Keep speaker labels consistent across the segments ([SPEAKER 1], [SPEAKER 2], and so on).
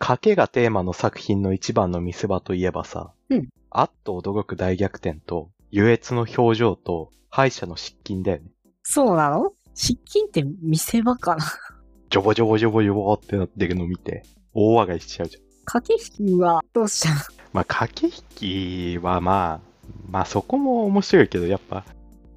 [SPEAKER 1] 賭けがテーマの作品の一番の見せ場といえばさ、
[SPEAKER 2] うん
[SPEAKER 1] あっと驚く大逆転と、優越の表情と、敗者の失禁だよね。
[SPEAKER 2] そうなの失禁って見せ場かな
[SPEAKER 1] ジョボジョボジョボジョボってなってるのを見て、大上がりしちゃうじゃん。
[SPEAKER 2] 駆け引きはどうしたの
[SPEAKER 1] まあ、駆け引きはまあ、まあそこも面白いけど、やっぱ、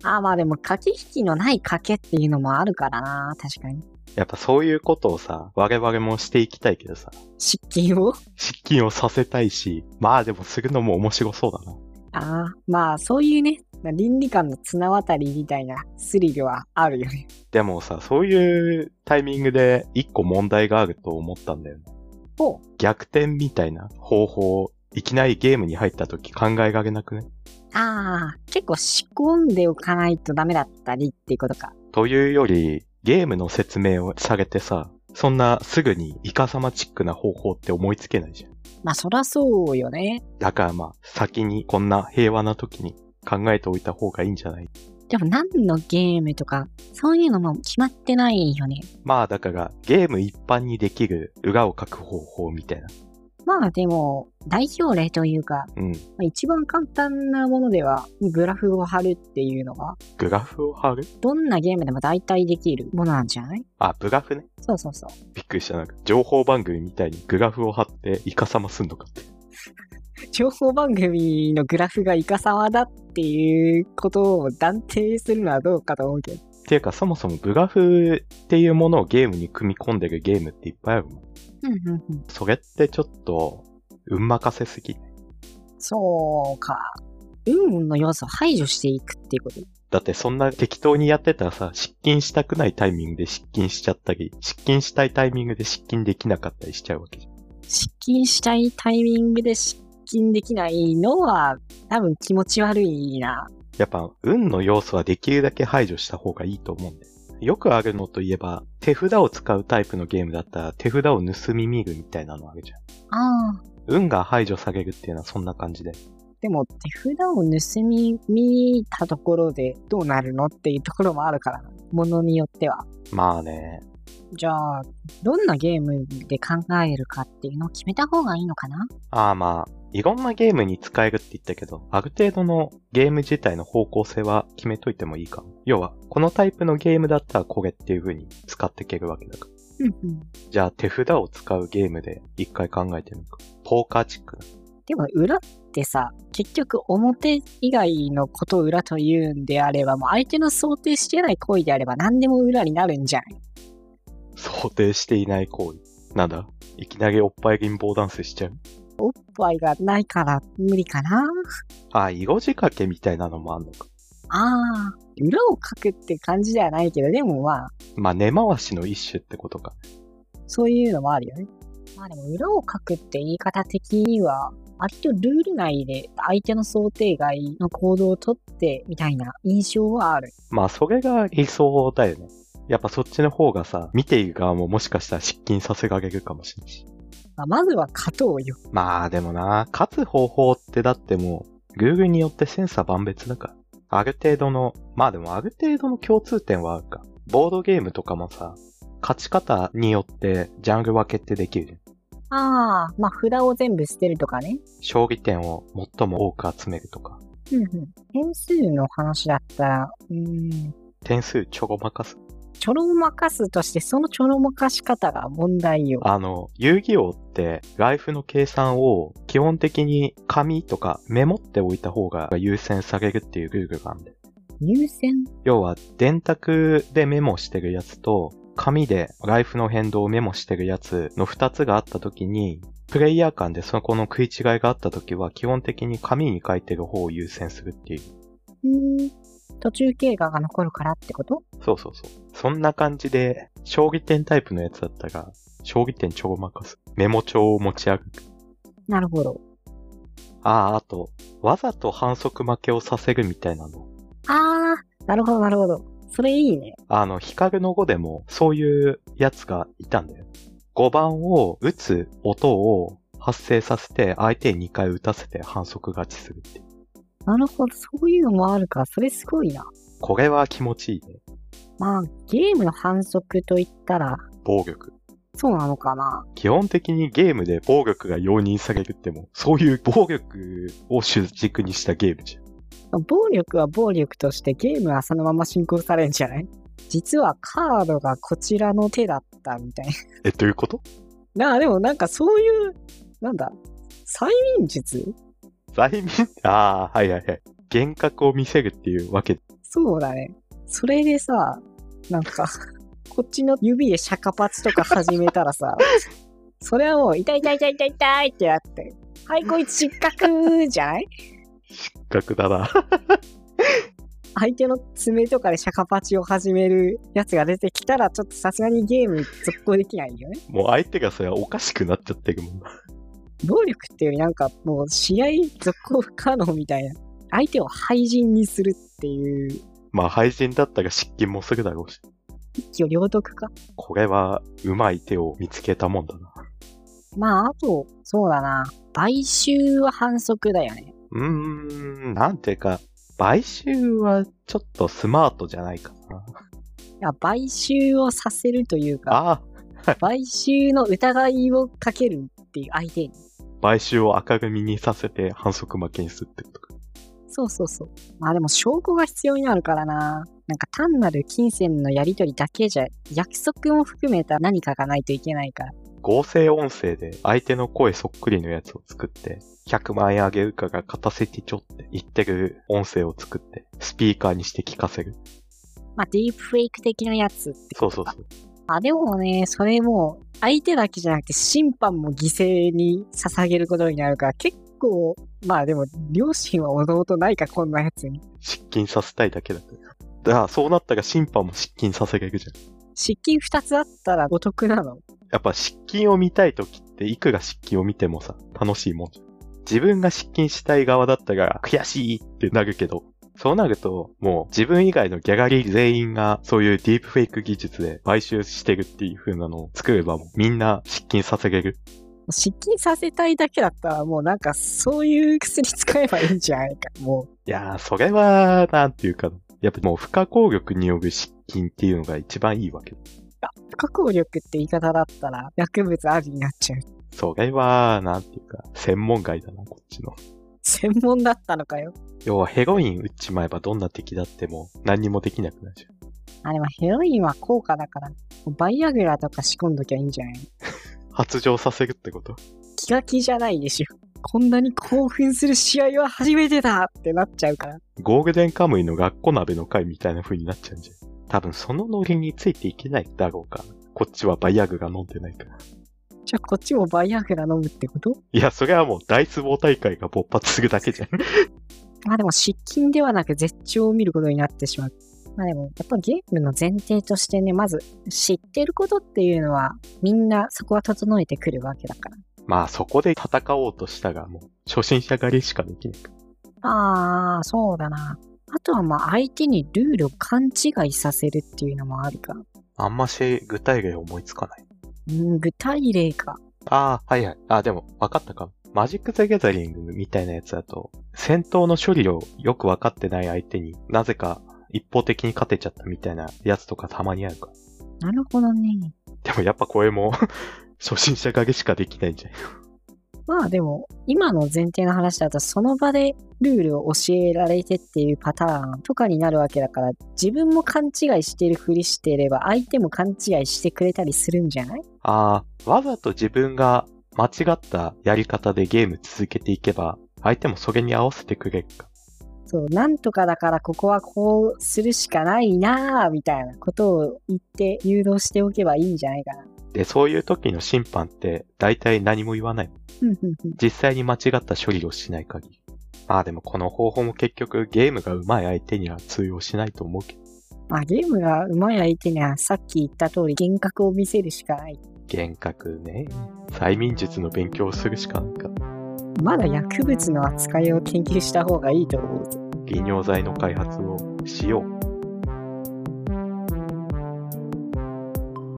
[SPEAKER 2] あーまあでも駆け引きのない賭けっていうのもあるからな確かに。
[SPEAKER 1] やっぱそういうことをさ、我々もしていきたいけどさ、
[SPEAKER 2] 失禁を
[SPEAKER 1] 失禁をさせたいし、まあでもするのも面白そうだな。
[SPEAKER 2] ああ、まあそういうね、倫理観の綱渡りみたいなスリルはあるよね。
[SPEAKER 1] でもさ、そういうタイミングで一個問題があると思ったんだよね。
[SPEAKER 2] ほ
[SPEAKER 1] 逆転みたいな方法を、いきなりゲームに入った時考えられなくね
[SPEAKER 2] ああ、結構仕込んでおかないとダメだったりっていうことか。
[SPEAKER 1] というより、ゲームの説明をされてさ、そんなすぐにイカサマチックな方法って思いつけないじゃん。
[SPEAKER 2] まあそらそうよね。
[SPEAKER 1] だからまあ、先にこんな平和な時に考えておいた方がいいんじゃない
[SPEAKER 2] でも何のゲームとか、そういうのも決まってないよね。
[SPEAKER 1] まあだから、ゲーム一般にできる裏を書く方法みたいな。
[SPEAKER 2] まあでも、代表例というか、
[SPEAKER 1] うん。
[SPEAKER 2] まあ一番簡単なものでは、グラフを貼るっていうのは、
[SPEAKER 1] グラフを貼る
[SPEAKER 2] どんなゲームでも大体できるものなんじゃない
[SPEAKER 1] あ、ブラフね。
[SPEAKER 2] そうそうそう。
[SPEAKER 1] びっくりした。なんか、情報番組みたいにグラフを貼ってイカサマすんのかって。
[SPEAKER 2] 情報番組のグラフがイカサマだっていうことを断定するのはどうかと思うけど。
[SPEAKER 1] っていうか、そもそもブラフっていうものをゲームに組み込んでるゲームっていっぱいあるもん。
[SPEAKER 2] うんうんうん。
[SPEAKER 1] それってちょっと、運任せすぎ。
[SPEAKER 2] そうか。運の要素を排除していくっていうこと。
[SPEAKER 1] だってそんな適当にやってたらさ、失禁したくないタイミングで失禁しちゃったり、失禁したいタイミングで失禁できなかったりしちゃうわけじゃん。
[SPEAKER 2] 失禁したいタイミングで失禁できないのは、多分気持ち悪いな。
[SPEAKER 1] やっぱ、運の要素はできるだけ排除した方がいいと思うんだよ。よくあるのといえば、手札を使うタイプのゲームだったら、手札を盗み見るみたいなのあるじゃん。
[SPEAKER 2] ああ。
[SPEAKER 1] 運が排除されるっていうのはそんな感じで。
[SPEAKER 2] でも手札を盗み見たところでどうなるのっていうところもあるからな。ものによっては。
[SPEAKER 1] まあね、
[SPEAKER 2] じゃあ、どんなゲームで考えるかっていうのを決めた方がいいのかな
[SPEAKER 1] ああまあ、いろんなゲームに使えるって言ったけど、ある程度のゲーム自体の方向性は決めといてもいいかも。要は、このタイプのゲームだったらこれっていう風に使っていけるわけだから。
[SPEAKER 2] うんうん。
[SPEAKER 1] じゃあ手札を使うゲームで一回考えてみるか。ポーカーチックな。
[SPEAKER 2] でも裏ってさ結局表以外のことを裏というんであればもう相手の想定してない行為であれば何でも裏になるんじゃない
[SPEAKER 1] 想定していない行為。なんだいきなりおっぱい貧乏ダンスしちゃう
[SPEAKER 2] おっぱいがないから無理かな
[SPEAKER 1] ああ、色仕掛けみたいなのもあんのか。
[SPEAKER 2] あー裏を書くって感じではないけどでもまあ
[SPEAKER 1] まあ、根回しの一種ってことか。
[SPEAKER 2] そういうのもあるよねまあでも裏を書くって言い方的には割とルール内で相手の想定外の行動をとってみたいな印象はある
[SPEAKER 1] まあ、それが理想だよね。やっぱそっちの方がさ、見ている側ももしかしたら失禁させられるかもしれないし。
[SPEAKER 2] まあまずは勝とうよ
[SPEAKER 1] まあでもな、勝つ方法ってだってもう、Google によってセンサー万別だから。ある程度の、まあでもある程度の共通点はあるか。ボードゲームとかもさ、勝ち方によってジャンル分けってできるじゃん。
[SPEAKER 2] ああまあ札を全部捨てるとかね
[SPEAKER 1] 勝利点を最も多く集めるとか。
[SPEAKER 2] うんうん点数の話だったら、うーん、
[SPEAKER 1] 点数ちょごまかす。
[SPEAKER 2] ちょろまかすとして、そのちょろまかし方が問題よ。
[SPEAKER 1] あの、遊戯王って、ライフの計算を基本的に紙とかメモっておいた方が優先されるっていうルールがあるんだよ
[SPEAKER 2] 優先
[SPEAKER 1] 要は電卓でメモしてるやつと紙でライフの変動をメモしてるやつの2つがあった時にプレイヤー間でそこの食い違いがあった時は基本的に紙に書いてる方を優先するっていう
[SPEAKER 2] うーん途中経過が残るからってこと
[SPEAKER 1] そうそうそうそんな感じで将棋点タイプのやつだったら将棋点ちょごまかすメモ帳を持ち歩く
[SPEAKER 2] なるほど。
[SPEAKER 1] あああとわざと反則負けをさせるみたいなの
[SPEAKER 2] あー、なるほど、なるほど。それいいね。
[SPEAKER 1] あの、ヒカルの5でも、そういうやつがいたんだよ。5番を打つ音を発生させて、相手に2回打たせて反則勝ちするっていう。
[SPEAKER 2] なるほど、そういうのもあるか。それすごいな。
[SPEAKER 1] これは気持ちいいね。
[SPEAKER 2] まあ、ゲームの反則といったら、
[SPEAKER 1] 暴力。
[SPEAKER 2] そうなのかな
[SPEAKER 1] 基本的にゲームで暴力が容認されるっても、そういう暴力を主軸にしたゲームじゃん。
[SPEAKER 2] 暴力は暴力としてゲームはそのまま進行されるんじゃない実はカードがこちらの手だったみたい
[SPEAKER 1] え、どういうこと
[SPEAKER 2] な。な あ、でもなんかそういう、なんだ、催眠術
[SPEAKER 1] 罪民ああ、はいはいはい。幻覚を見せるっていうわけ。
[SPEAKER 2] そうだね。それでさ、なんか、こっちの指でシャカパチとか始めたらさ、それはもう、痛い痛い痛い痛い痛いってなって、はい、こいつ失格じゃない
[SPEAKER 1] 失格だな。
[SPEAKER 2] 相手の爪とかでシャカパチを始めるやつが出てきたら、ちょっとさすがにゲーム続行できないよね。
[SPEAKER 1] もう相手がそれはおかしくなっちゃってるもんな。
[SPEAKER 2] 暴力っていうよりなんかもう試合続行不可能みたいな。相手を廃人にするっていう、
[SPEAKER 1] まあ配信だったら失禁もするだろうし。
[SPEAKER 2] 一挙両得か。
[SPEAKER 1] これは、うまい手を見つけたもんだな。
[SPEAKER 2] まあ、あと、そうだな。買収は反則だよね。
[SPEAKER 1] うーん、なんていうか、買収はちょっとスマートじゃないかな。
[SPEAKER 2] いや、買収をさせるというか、
[SPEAKER 1] ああ、
[SPEAKER 2] 買収の疑いをかけるっていう相手に。
[SPEAKER 1] 買収を赤組にさせて反則負けにするってことか。
[SPEAKER 2] そうそうそう。まあでも証拠が必要になるからな。なんか単なる金銭のやり取りだけじゃ、約束も含めた何かがないといけないから。
[SPEAKER 1] 合成音声で相手の声そっくりのやつを作って、100万円あげるから片手ちょって言ってる音声を作って、スピーカーにして聞かせる。
[SPEAKER 2] まあディープフェイク的なやつって
[SPEAKER 1] そうそうそう。
[SPEAKER 2] あ、でもね、それも、相手だけじゃなくて審判も犠牲に捧げることになるから、結構、まあでも、両親は弟ないか、こんなやつに。
[SPEAKER 1] 失禁させたいだけだから。だからそうなったら審判も失禁させれるじゃん。
[SPEAKER 2] 失禁2つあったらお得なの。
[SPEAKER 1] やっぱ失禁を見たい時っていくら失禁を見てもさ、楽しいもんじゃん。自分が失禁したい側だったら悔しいってなるけど、そうなるともう自分以外のギャラリー全員がそういうディープフェイク技術で買収してるっていう風なのを作ればもうみんな失禁させれる。
[SPEAKER 2] 失禁させたいだけだったら、もうなんか、そういう薬使えばいいんじゃないか。も
[SPEAKER 1] いやー、それは、なんていうか、やっぱもう不可抗力による失禁っていうのが一番いいわけ。
[SPEAKER 2] う、あ不可抗力って言い方だったら、薬物ありになっちゃう。
[SPEAKER 1] それは、なんていうか、専門外だな、こっちの。
[SPEAKER 2] 専門だったのかよ。
[SPEAKER 1] 要はヘロイン打っちまえばどんな敵だってもう何にもできなくなるじゃん。
[SPEAKER 2] あ、でもヘロインは高価だから、バイアグラとか仕込んどきゃいいんじゃない
[SPEAKER 1] 発情させるってこと
[SPEAKER 2] 気が気じゃないでしょ。こんなに興奮する試合は初めてだってなっちゃうから。
[SPEAKER 1] ゴールデンカムイの学校鍋の会みたいな風になっちゃうんじゃん。多分そのノリについていけないだろうから。こっちはバイアグが飲んでないから。
[SPEAKER 2] じゃあこっちもバイアグラ飲むってこと
[SPEAKER 1] いや、それはもう大相撲大会が勃発するだけじゃん。
[SPEAKER 2] まあでも失禁ではなく絶頂を見ることになってしまう。まあでもやっぱゲームの前提としてね、まず知ってることっていうのはみんなそこは整えてくるわけだから。
[SPEAKER 1] まあそこで戦おうとしたが、もう初心者狩りしかできない。
[SPEAKER 2] ああ、そうだな。あとはまあ相手にルールを勘違いさせるっていうのもあるか。
[SPEAKER 1] あんまし具体例思いつかない。
[SPEAKER 2] うん、具体例か。
[SPEAKER 1] ああ、はいはい。あ、でも、分かったかも。マジック・ザ・ギャザリングみたいなやつだと、戦闘の処理をよく分かってない相手になぜか一方的に勝てちゃったみたいなやつとかたまにあるか。
[SPEAKER 2] なるほどね。
[SPEAKER 1] でもやっぱこれも、 初心者影しかできないんじゃない
[SPEAKER 2] まあでも、今の前提の話だと、その場でルールを教えられてっていうパターンとかになるわけだから、自分も勘違いしてるふりしていれば、相手も勘違いしてくれたりするんじゃない
[SPEAKER 1] ああ、わざと自分が間違ったやり方でゲーム続けていけば、相手もそれに合わせてくれるか。
[SPEAKER 2] そう、なんとかだからここはこうするしかないなぁ、みたいなことを言って誘導しておけばいいんじゃないかな。
[SPEAKER 1] で、そういう時の審判って大体何も言わない。
[SPEAKER 2] ふんふんふん
[SPEAKER 1] 実際に間違った処理をしない限り。まあでもこの方法も結局ゲームが上手い相手には通用しないと思うけど、
[SPEAKER 2] まあゲームが上手い相手には、さっき言った通り幻覚を見せるしかない。
[SPEAKER 1] 幻覚ね。催眠術の勉強をするしかなんか、
[SPEAKER 2] まだ薬物の扱いを研究した方がいいと思う。
[SPEAKER 1] 利尿剤の開発をしよう。